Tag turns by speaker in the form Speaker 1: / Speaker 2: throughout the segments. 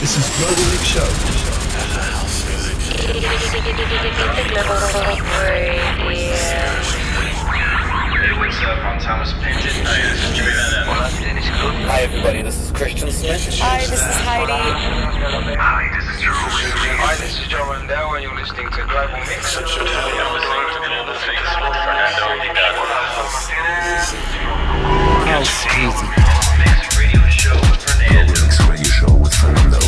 Speaker 1: This is Glow Music Show.
Speaker 2: Hey, what's up? I'm Thomas Pinton. Hi, this is Jimmy Van What up, Dennis Cook?
Speaker 3: Hi, everybody. This is Christian Smith.
Speaker 4: Hi, this is Heidi.
Speaker 2: Hi, this is Drew Ridley. Hi, this is Joe Randell, and you're listening to Global Mix. I'm listening to Global Mix with Fernando
Speaker 3: House music.
Speaker 2: Mix Radio Show with Fernando.
Speaker 1: Radio Show with Fernando.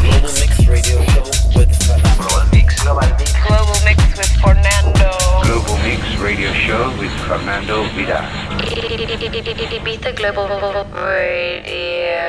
Speaker 3: Global Mix Radio Show with Fernando.
Speaker 2: Global Mix. Global Mix.
Speaker 4: Global Mix with Fernando.
Speaker 2: Global Mix Radio Show with Fernando Vida.
Speaker 4: Ibiza Global Radio.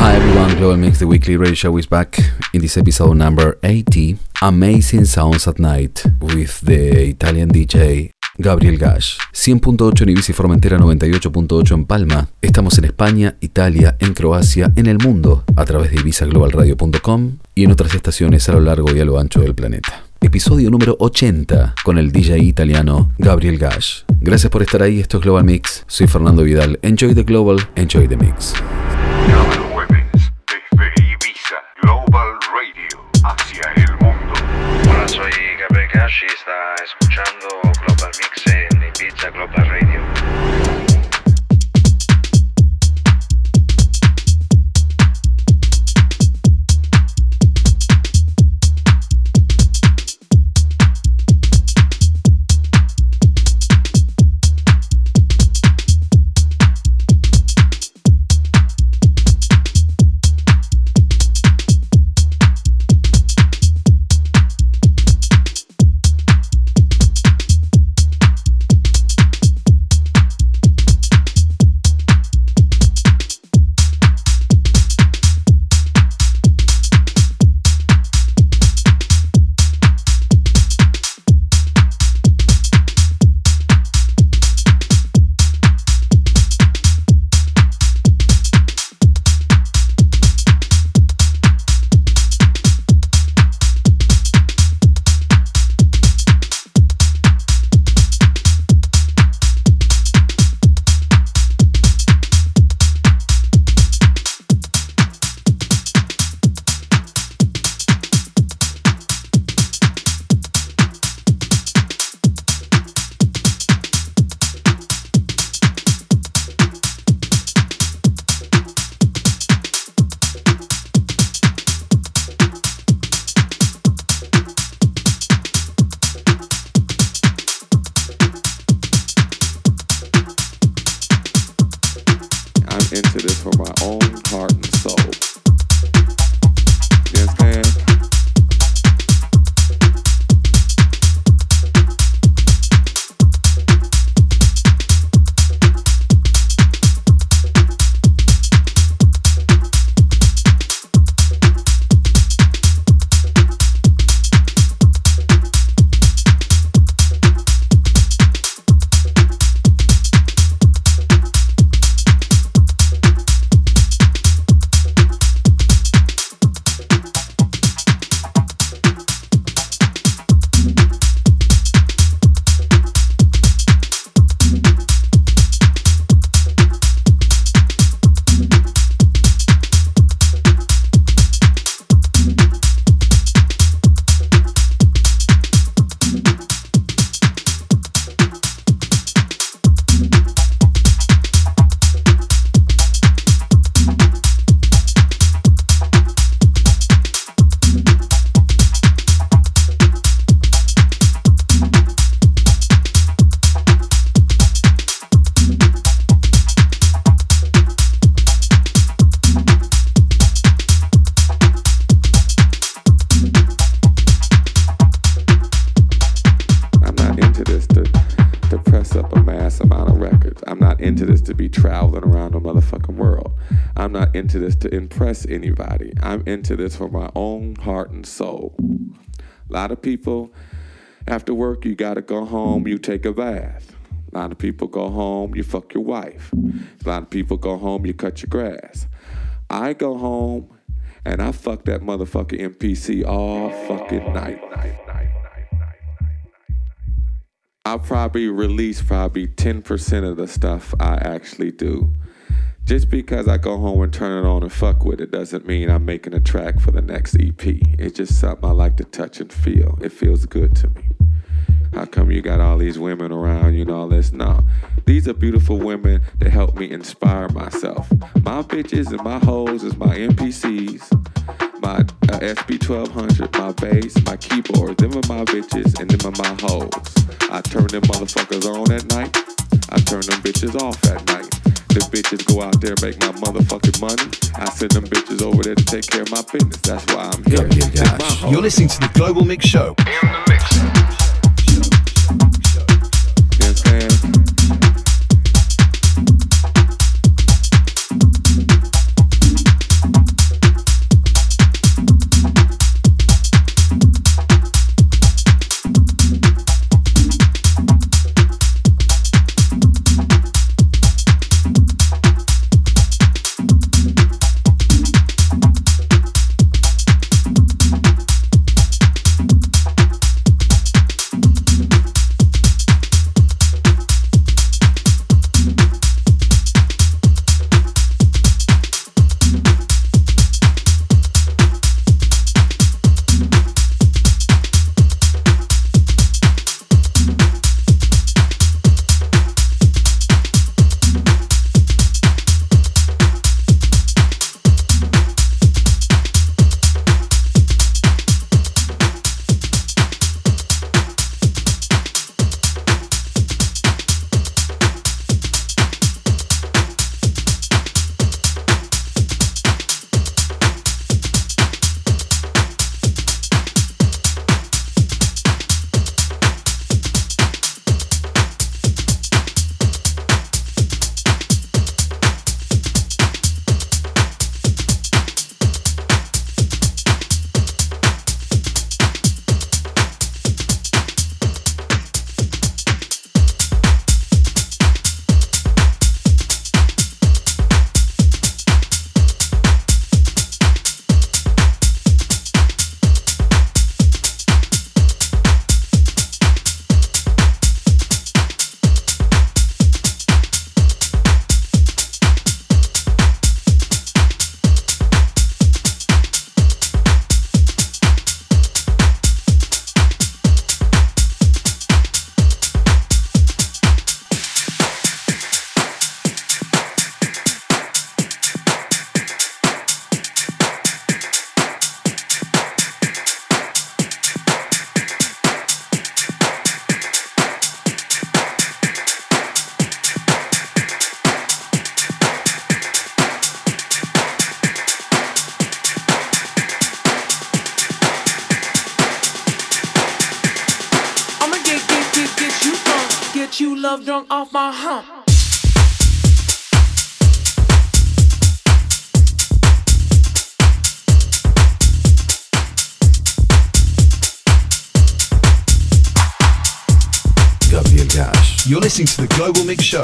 Speaker 5: Hi everyone, Global Mix, the weekly radio show is back in this episode number 80, Amazing Sounds at Night, with the Italian DJ Gabriel Gash. 100.8 en Ibiza y Formentera, 98.8 en Palma. Estamos en España, Italia, en Croacia, en el mundo, a través de ibizaglobalradio.com y en otras estaciones a lo largo y a lo ancho del planeta. Episodio número 80 con el DJ italiano Gabriel Gash. Gracias por estar ahí, esto es Global Mix. Soy Fernando Vidal. Enjoy the Global, enjoy the Mix.
Speaker 6: Cada jueves desde Ibiza Global Radio hacia el mundo.
Speaker 2: Hola, soy Gabriel Gash y está escuchando Global Mix en Ibiza Global Radio.
Speaker 7: I'm into this for my own heart and soul. You understand? I'm not into this to, to press up a mass amount of records. I'm not into this to be traveling around the motherfucking world. I'm not into this to impress anybody. I'm into this for my own heart and soul. A lot of people, after work, you gotta go home, you take a bath. A lot of people go home, you fuck your wife. A lot of people go home, you cut your grass. I go home and I fuck that motherfucking NPC all fucking night. I probably release probably 10% of the stuff I actually do Just because I go home and turn it on and fuck with it doesn't mean I'm making a track for the next EP. It's just something I like to touch and feel. It feels good to me. How come you got all these women around you and all this? No. These are beautiful women that help me inspire myself. My bitches and my hoes is my NPCs, my uh, SB1200, my bass, my keyboard. Them are my bitches and them are my hoes. I turn them motherfuckers on at night. I turn them bitches off at night. The bitches go out there and make my motherfucking money. I send them bitches over there to take care of my business. That's why I'm here.
Speaker 5: Gabriel
Speaker 7: It's my
Speaker 5: Gash.
Speaker 7: hoes.
Speaker 1: You're listening to the Global Mix Show.
Speaker 8: In the mix.
Speaker 7: You understand?
Speaker 9: I'ma get, get, get, get you drunk, get you love drunk off my hump.
Speaker 5: Gabriel Gash.
Speaker 1: You're listening to the Global Mix Show.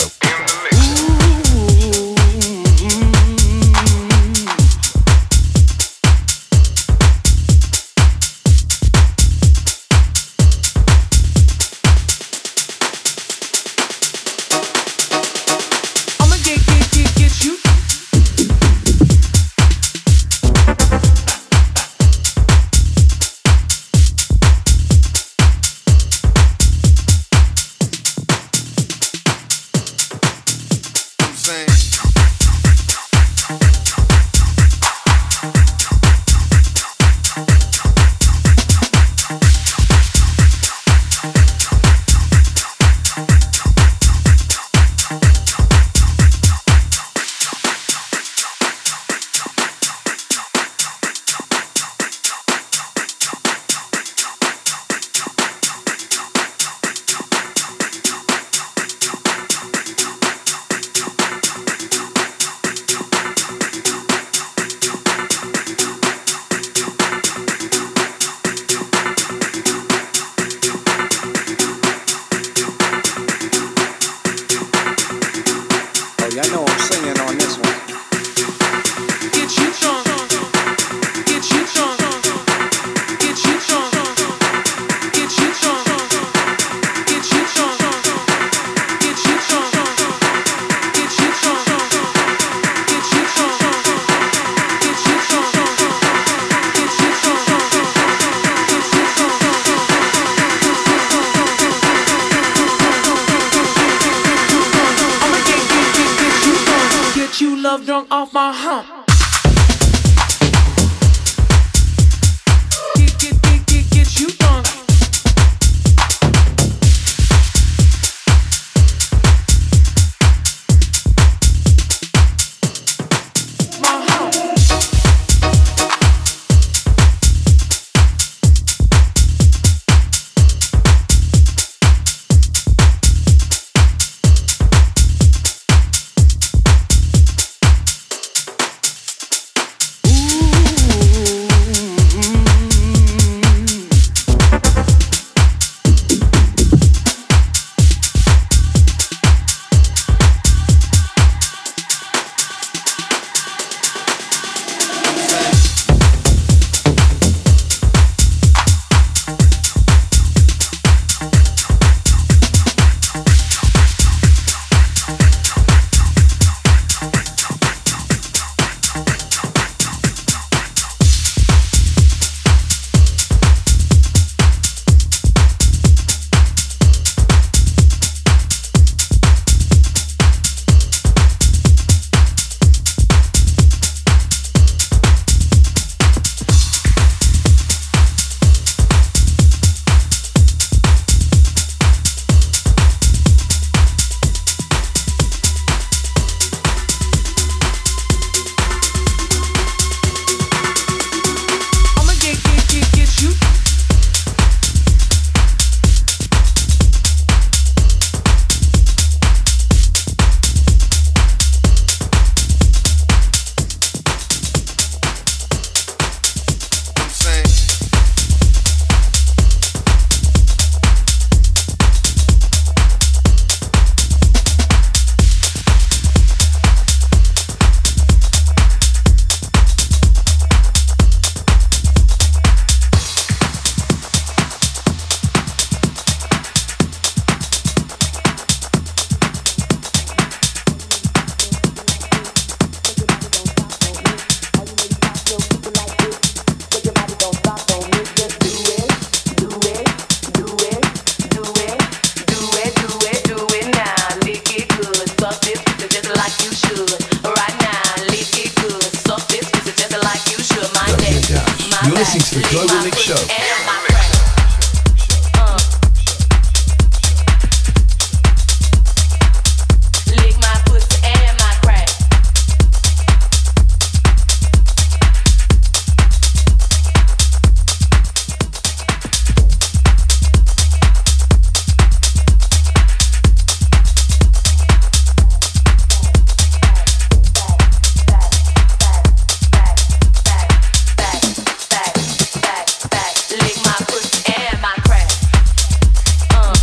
Speaker 9: I'ma get, get, get, get you. uh,
Speaker 10: huh. Get, get, get, get, get you drunk. I'ma get, get, get, get you.
Speaker 9: You're listening to the Global Mix Show. Uh.
Speaker 4: back, back, back, back, back, back, back, lick my
Speaker 9: Uh,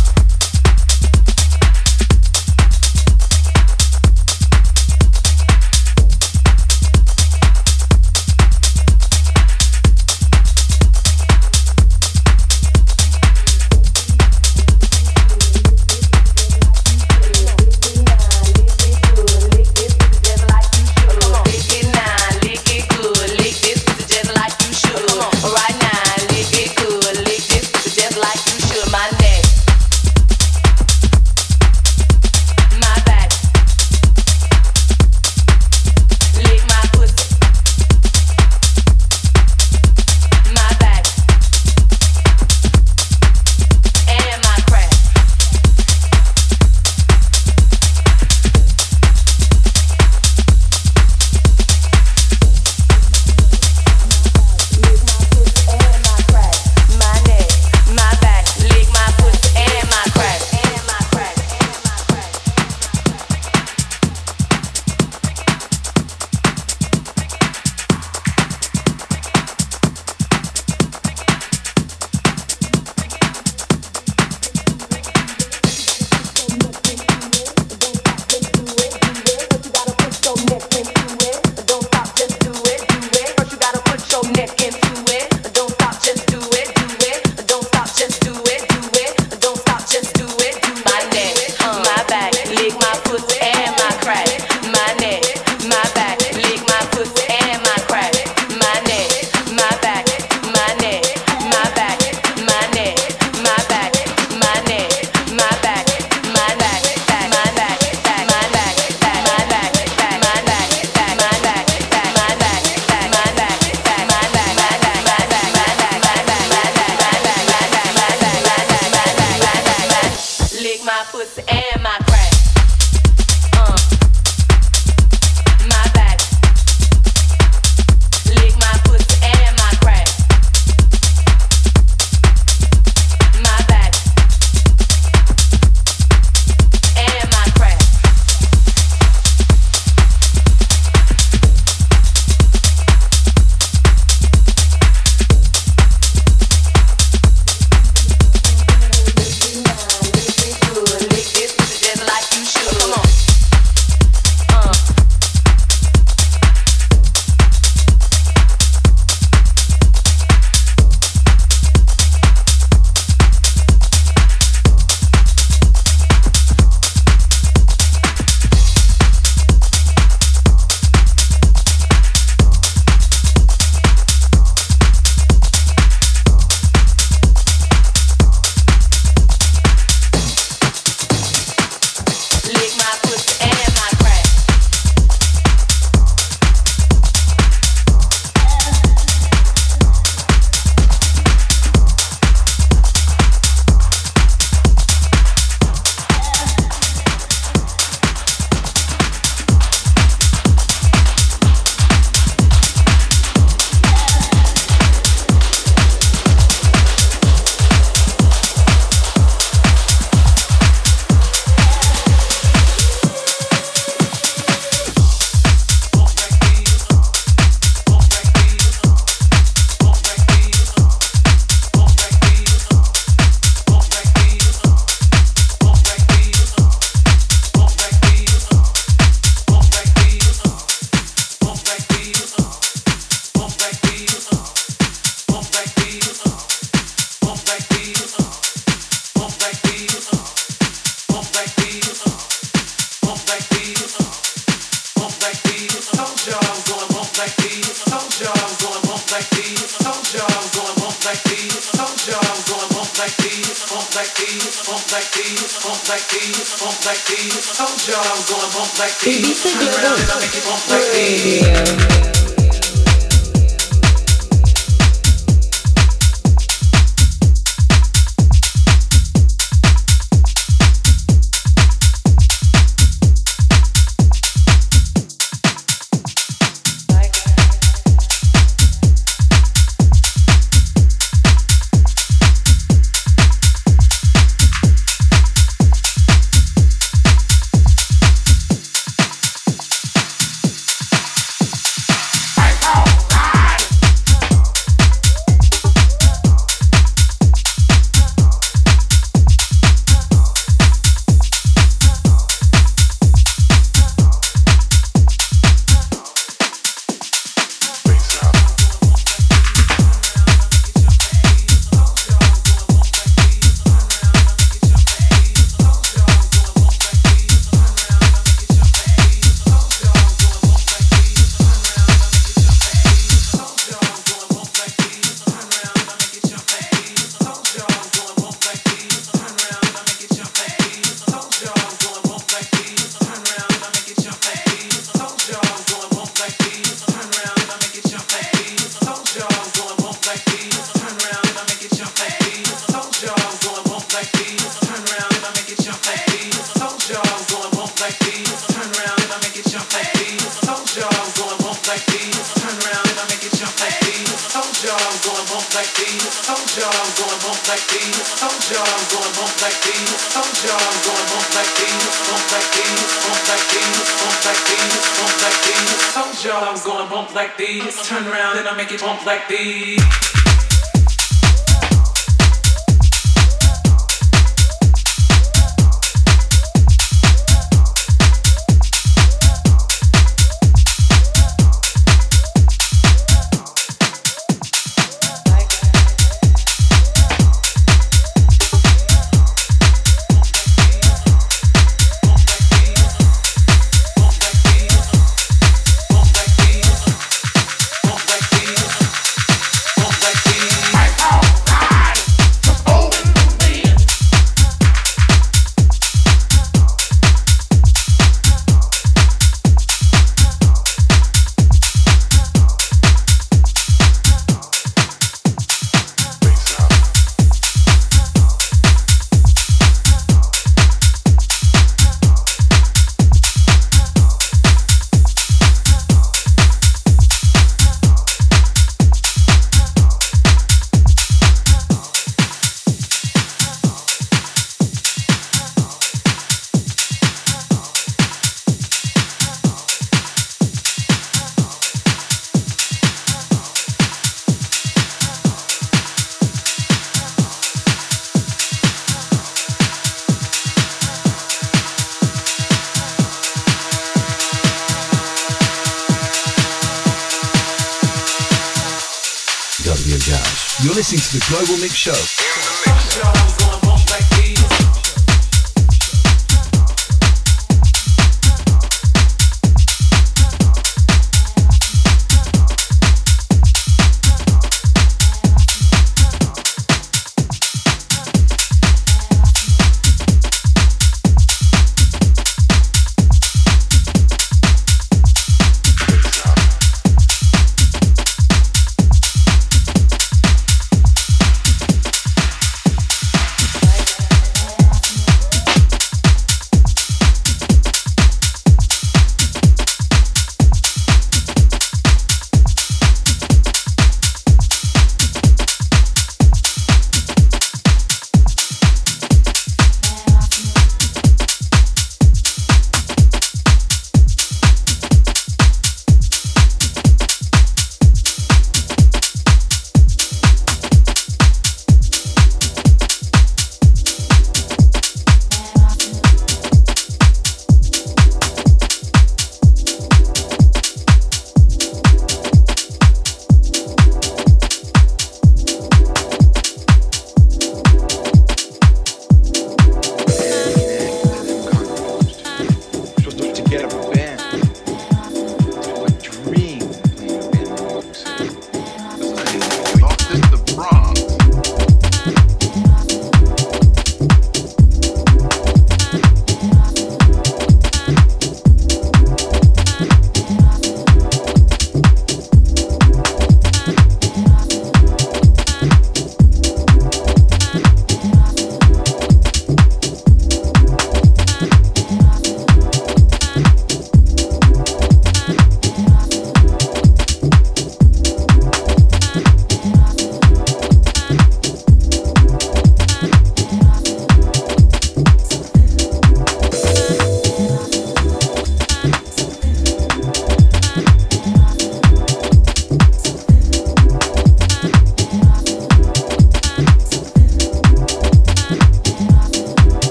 Speaker 9: You're listening to the Global Mix Show.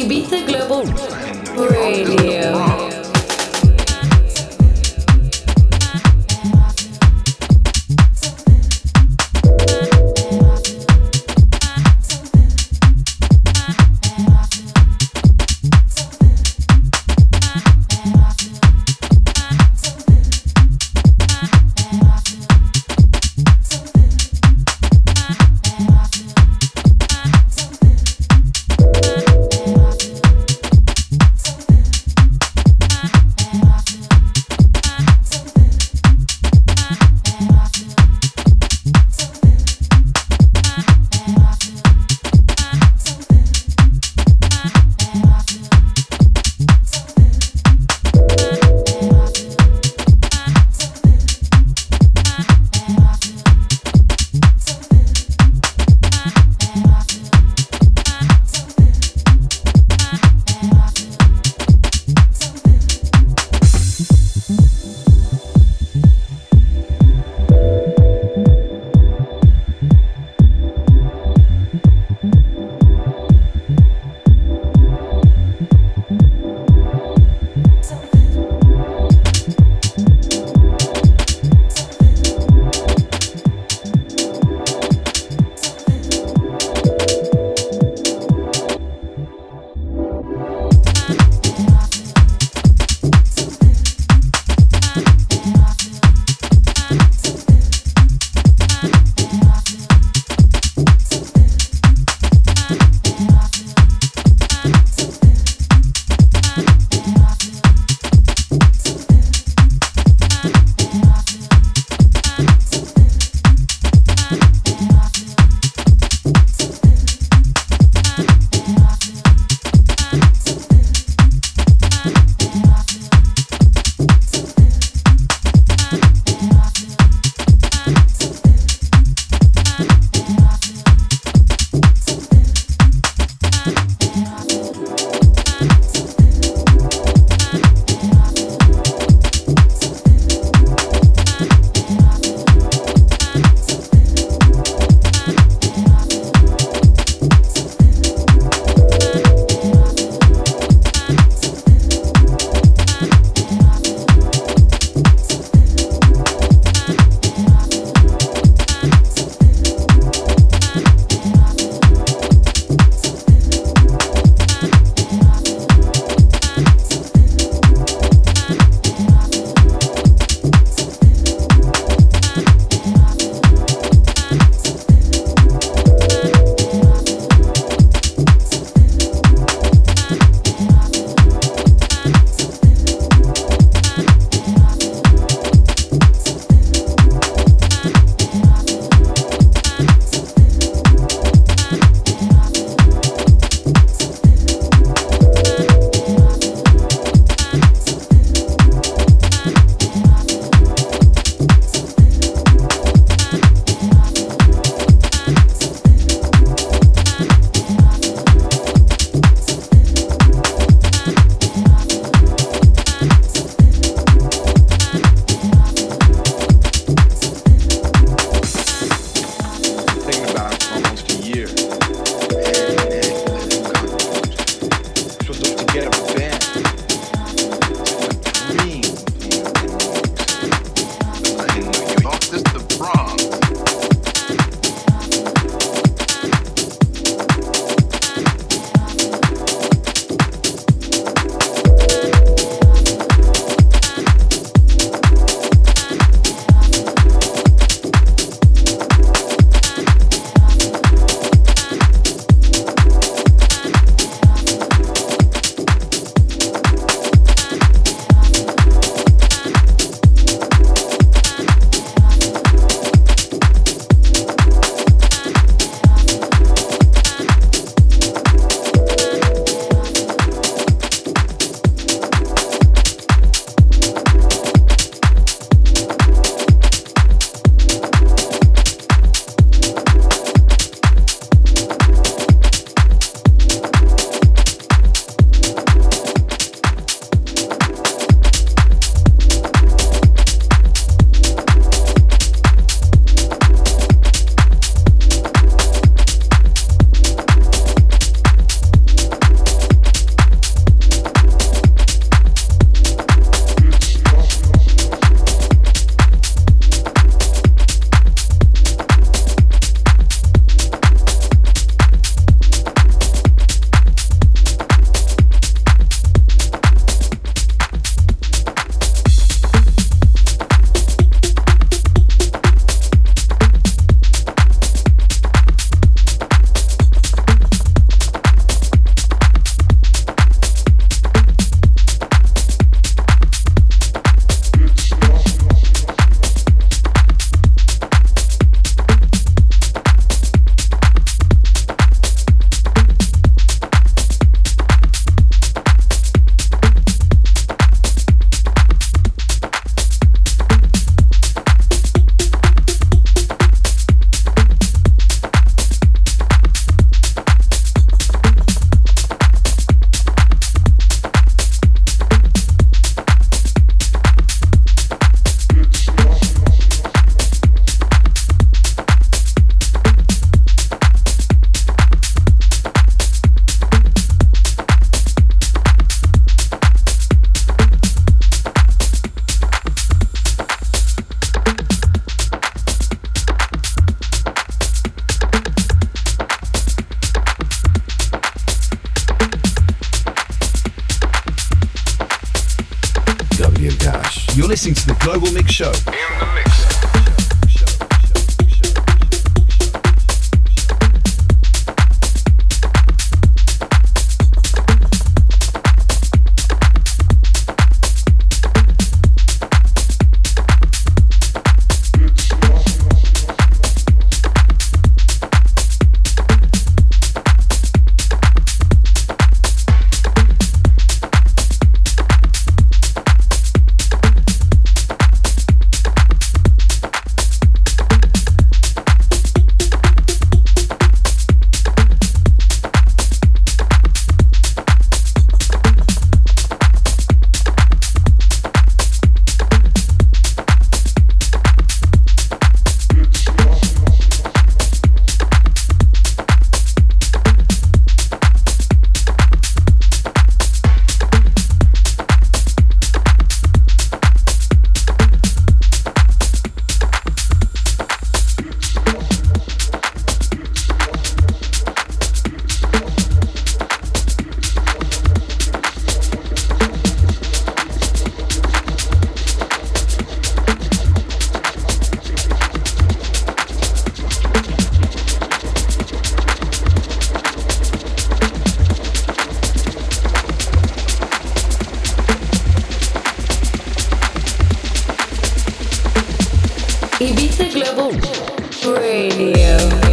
Speaker 4: Ibiza Global Radio.
Speaker 1: You're listening to the Global Mix Show.
Speaker 2: In the mix.
Speaker 4: Ibiza Global Radio.
Speaker 9: Uh-huh.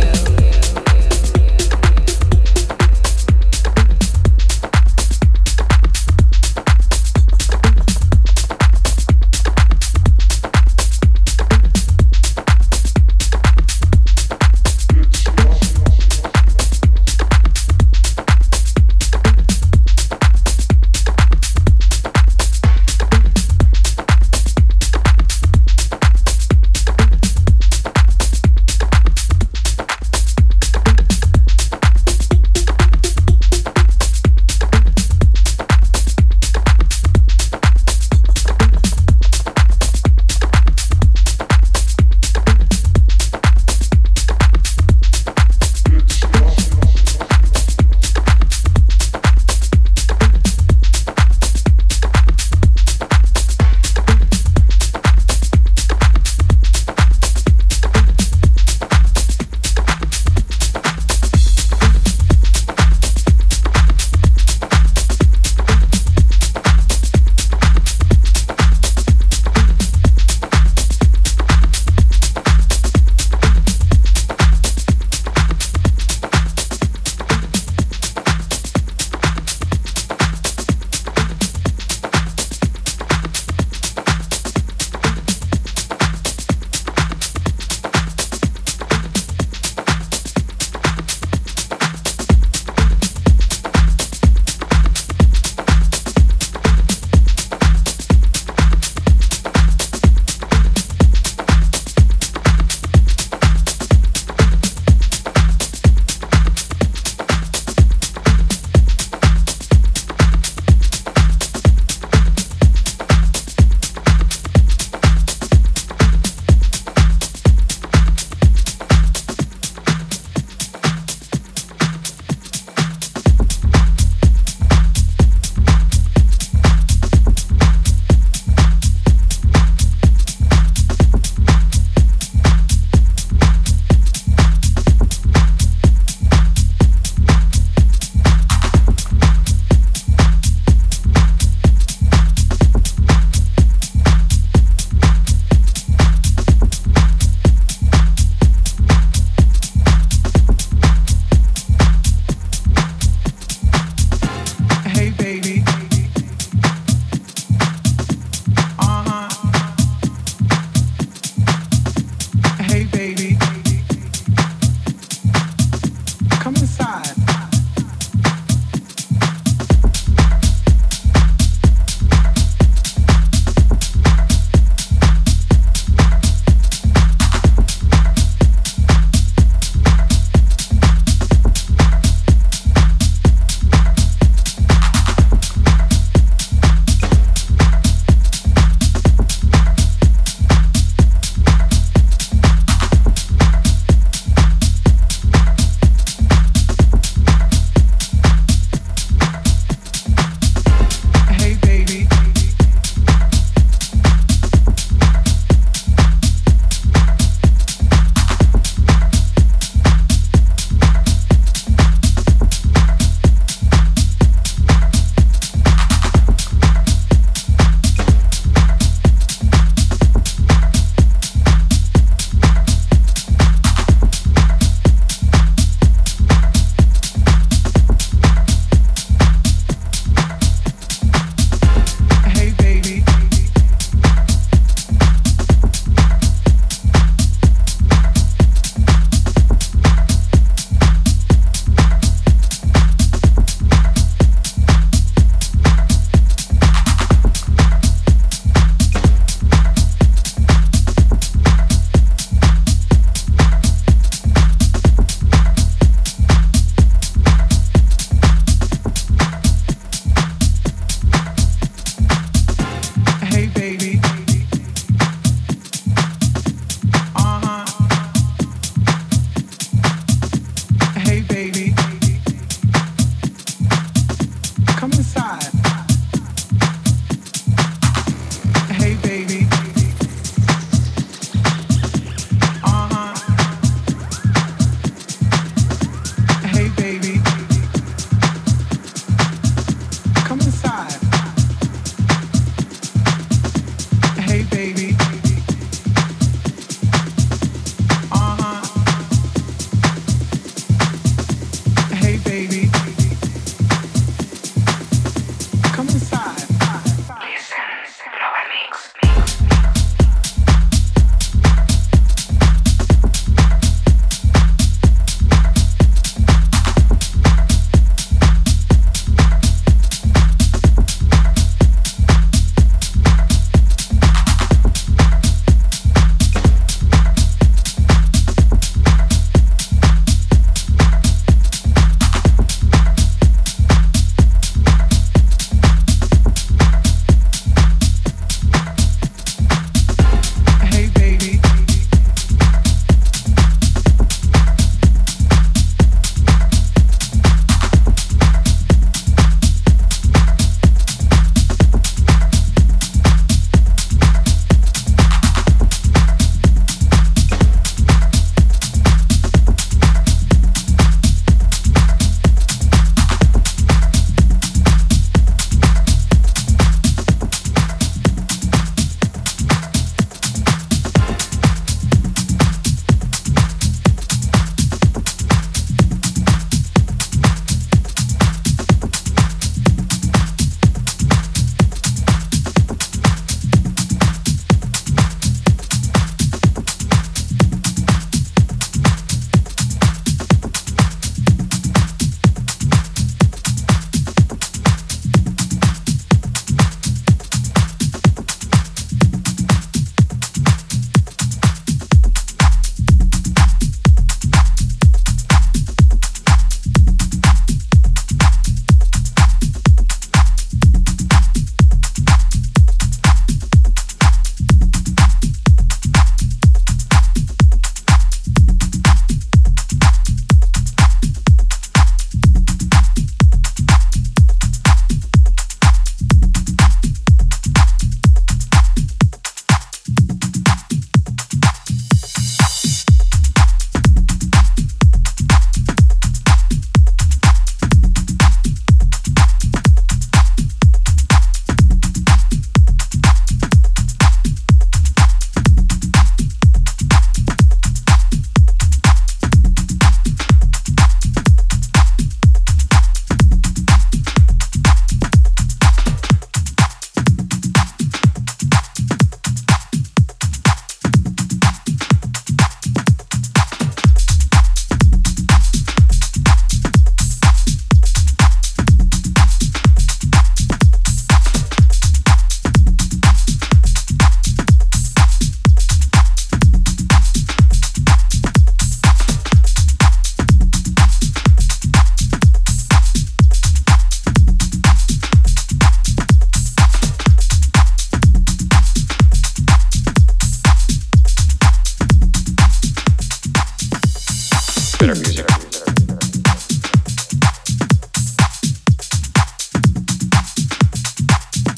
Speaker 9: Uh-huh. Uh-huh. Uh-huh.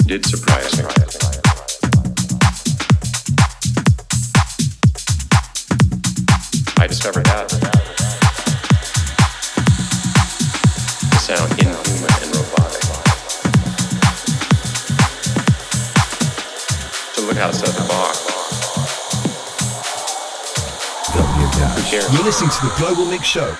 Speaker 11: did surprise me. I discovered that. The sound inhuman and robotic. To look outside the box.
Speaker 12: Who cares? You're listening to the Global Mix Show.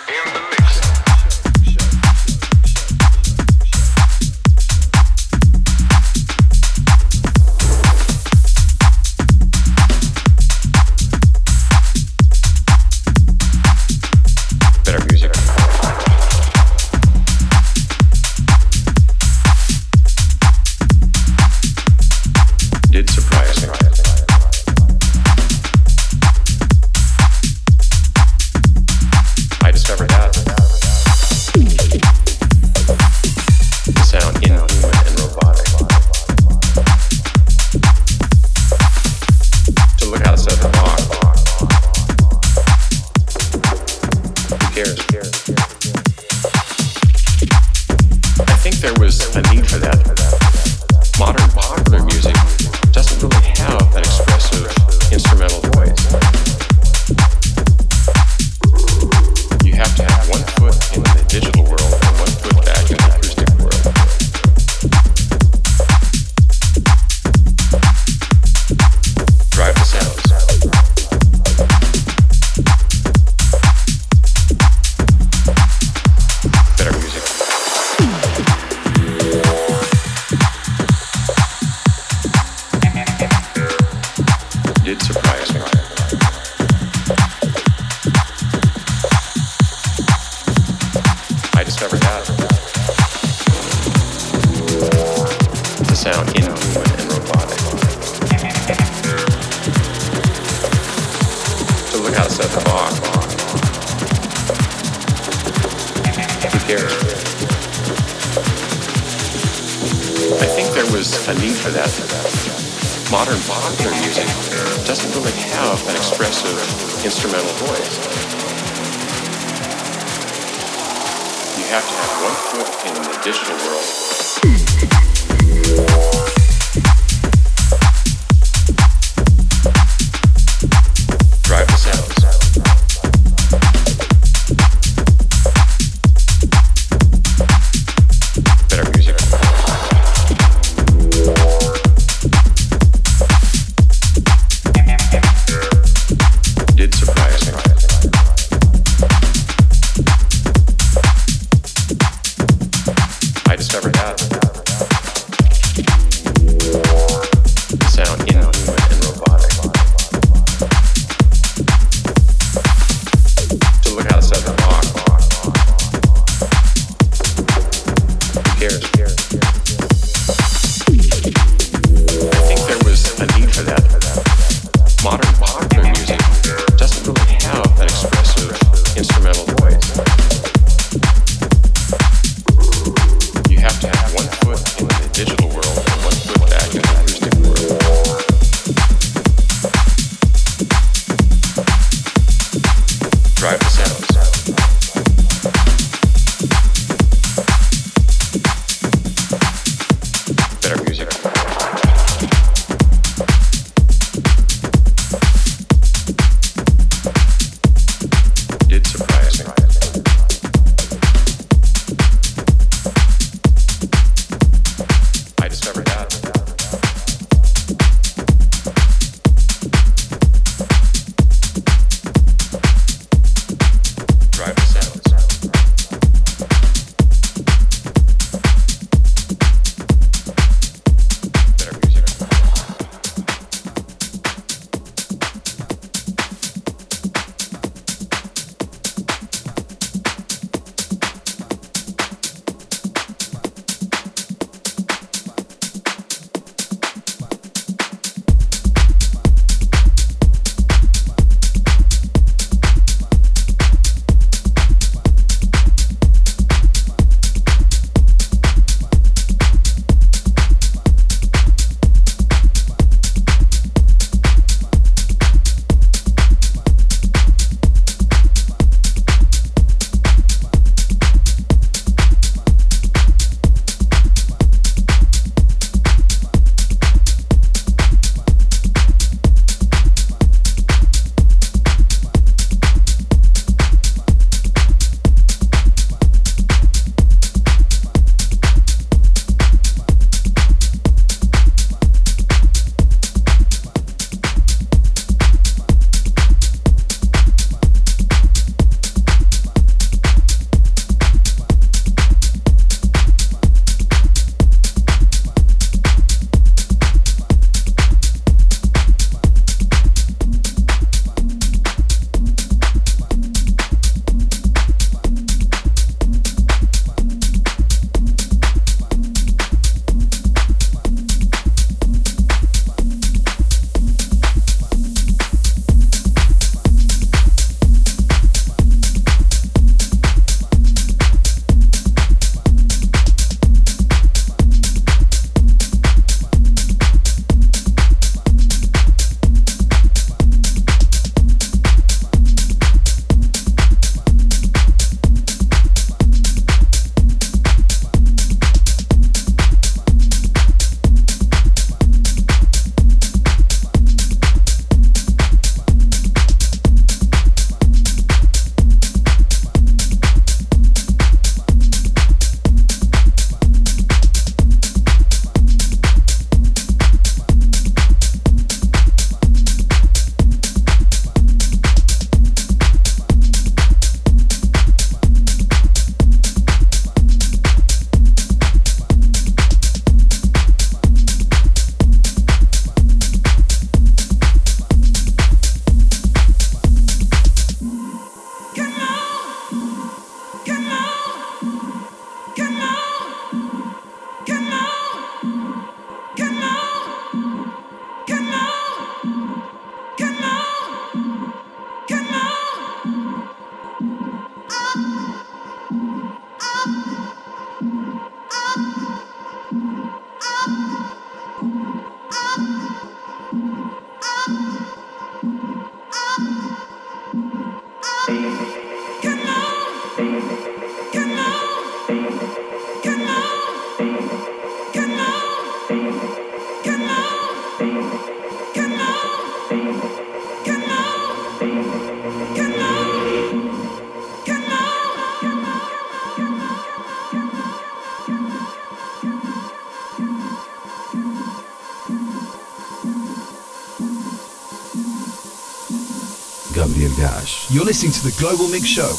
Speaker 5: Gabriel Gash.
Speaker 9: You're listening to the Global Mix Show.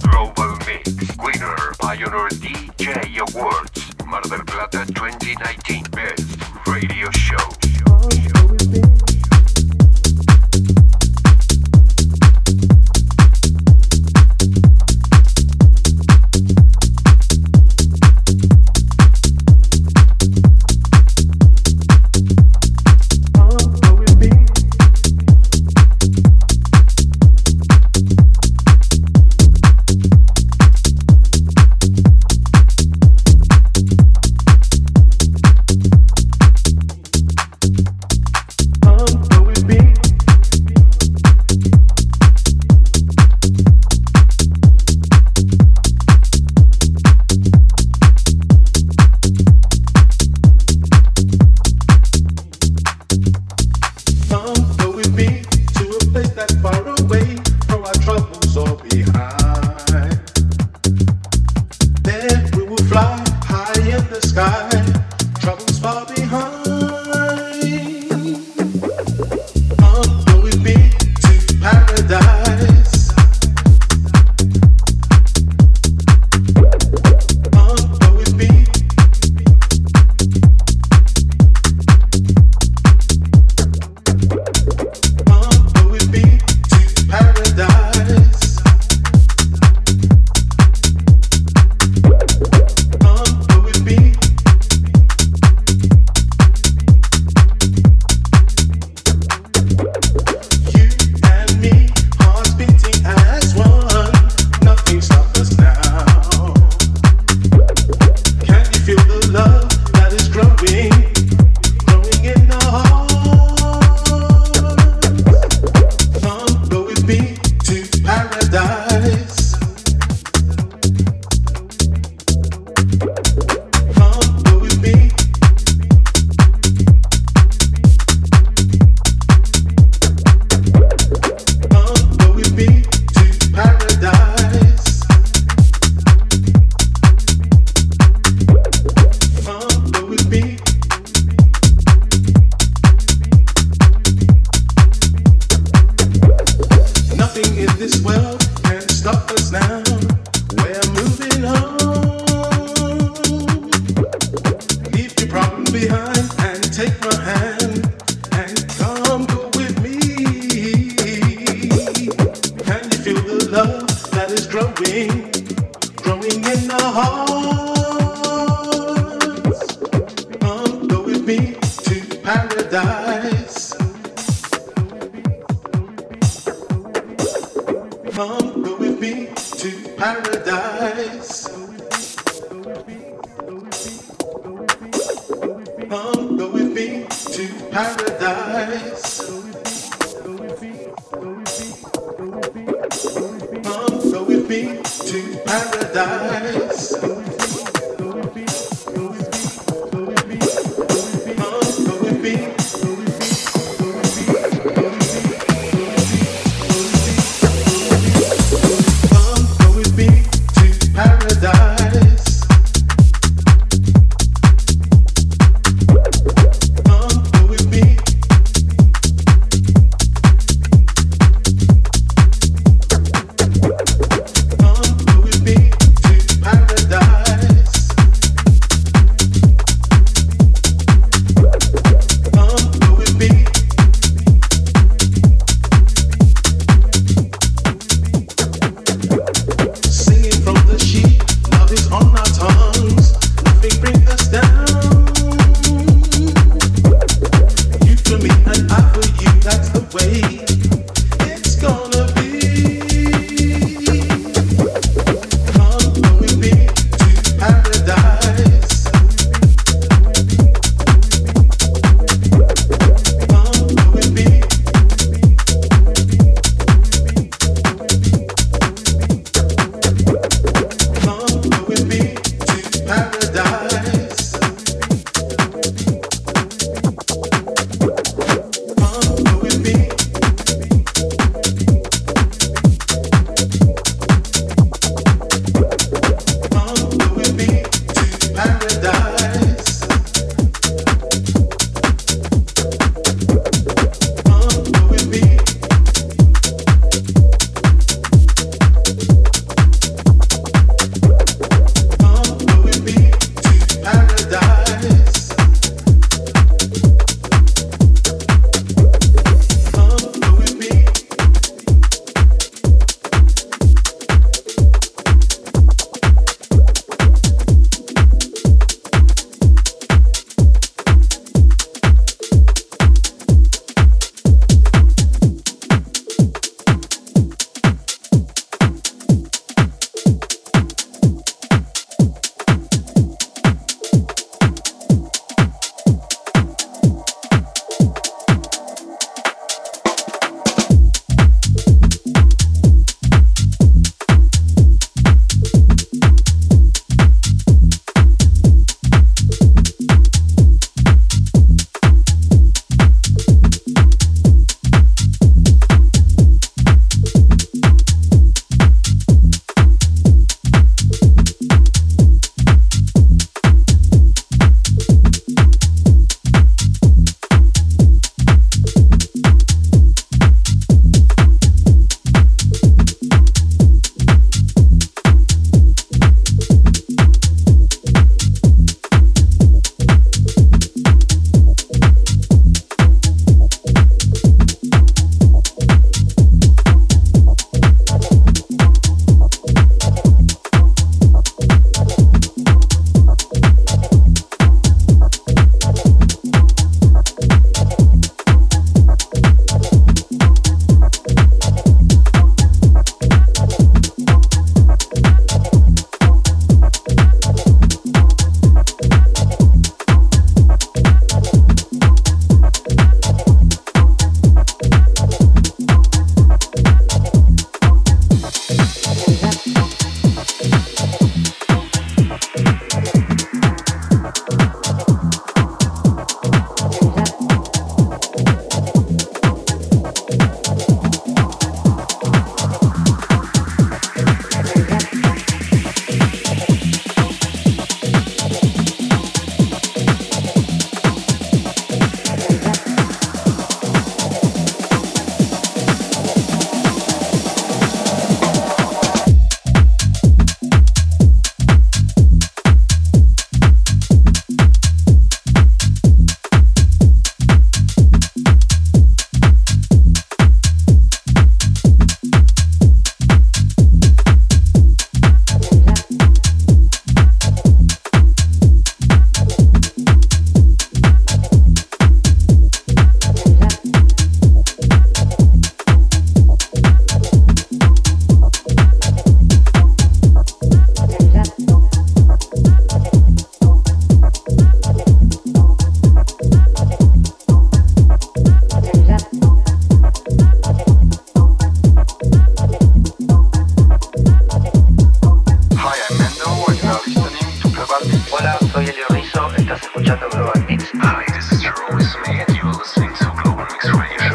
Speaker 6: Global Mix winner Pioneer DJ Awards Mar del Plata 2019 Best Radio Show.
Speaker 12: Come go with me to a place that's far away, throw our troubles all behind. Then we will fly high in the sky, troubles far behind. Come go with me to paradise. Come go with me Growing, growing in our Go with me to paradise. Come go with me. Come go with me to paradise. Come go with me. Nothing in this world can stop us now. We're moving on. Leave your problem behind and take my hand and come go with me. Can you feel the love that is growing, growing in our hearts? Come go with me to paradise. Come go with me to paradise. Come go with me to paradise. Come go with me to paradise. Come go with me. Come go with me to paradise.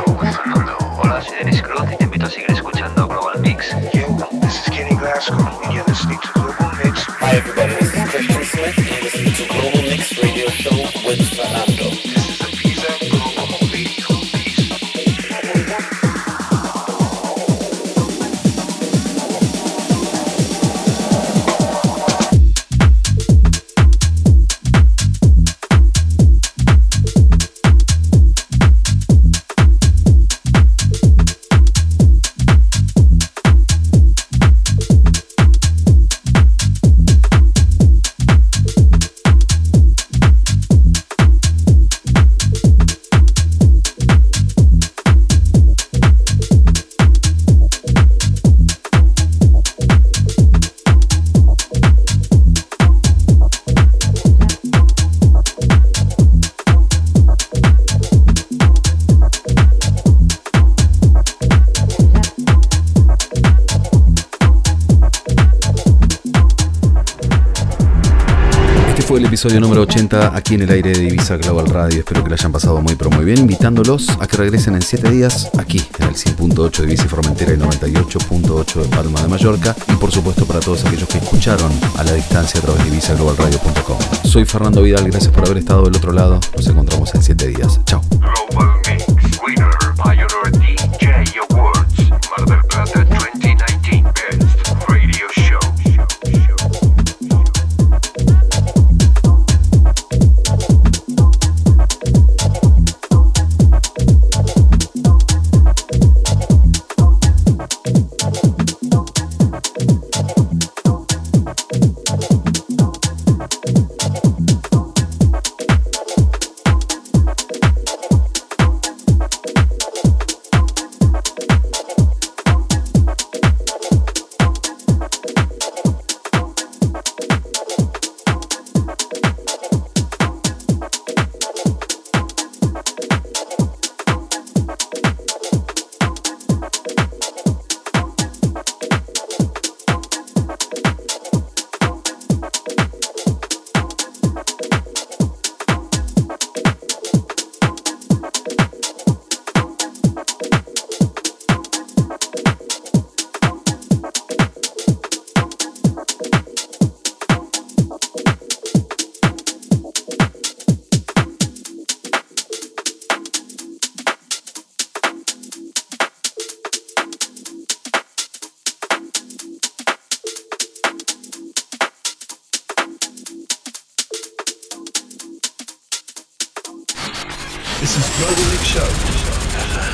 Speaker 13: soy Dennis Cruz y te invito a seguir escuchando Global Mix.
Speaker 2: You, this is Kenny Glasgow, and you're listening to Global Mix.
Speaker 3: Hi everybody, this is Christian Smith, and you're listening to Global Mix Radio Show with Fernando.
Speaker 2: This is the Pisa Global Radio.
Speaker 5: Este episodio número 80 aquí en el aire de Divisa Global Radio. Espero que lo hayan pasado muy pero muy bien, invitándolos a que regresen en 7 días aquí en el 100.8 de Divisa y Formentera y 98.8 de Palma de Mallorca y por supuesto para todos aquellos que escucharon a la distancia a través de divisaglobalradio.com. Soy Fernando Vidal, gracias por haber estado del otro lado. Nos encontramos en 7 días. Chao.
Speaker 6: Global Mix Winner Pioneer DJ Awards Mar del Plata 2019 Best Radio Show.
Speaker 9: This is Global Mix Show.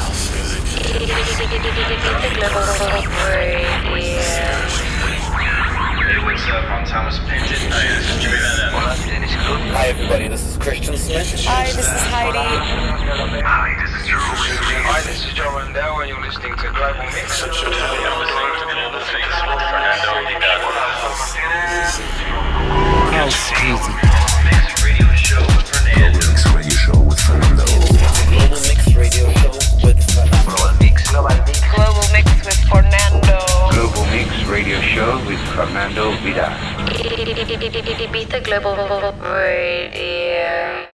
Speaker 2: Hey, what's up? I'm Thomas Pinton. Hey, this is Jimmy Lennon. Hola, Dennis Cruz.
Speaker 3: Hi everybody, this is Christian Smith.
Speaker 14: Hi, this is Heidi.
Speaker 2: Hi, this is Joe. Hi, this is Joe Rendell, and you're listening to Global Mix. I'm sure you're listening to Global Mix with Fernando Hidalgo.
Speaker 3: House Music.
Speaker 2: Mix Radio Show with Fernando.
Speaker 1: Mix Radio Show with Fernando.
Speaker 3: Global Mix Radio Show with Fernando.
Speaker 13: Global Mix. Global Mix.
Speaker 14: Global Mix with Fernando.
Speaker 13: Global Mix Radio Show with Fernando Vidal.
Speaker 4: Ibiza Global Radio.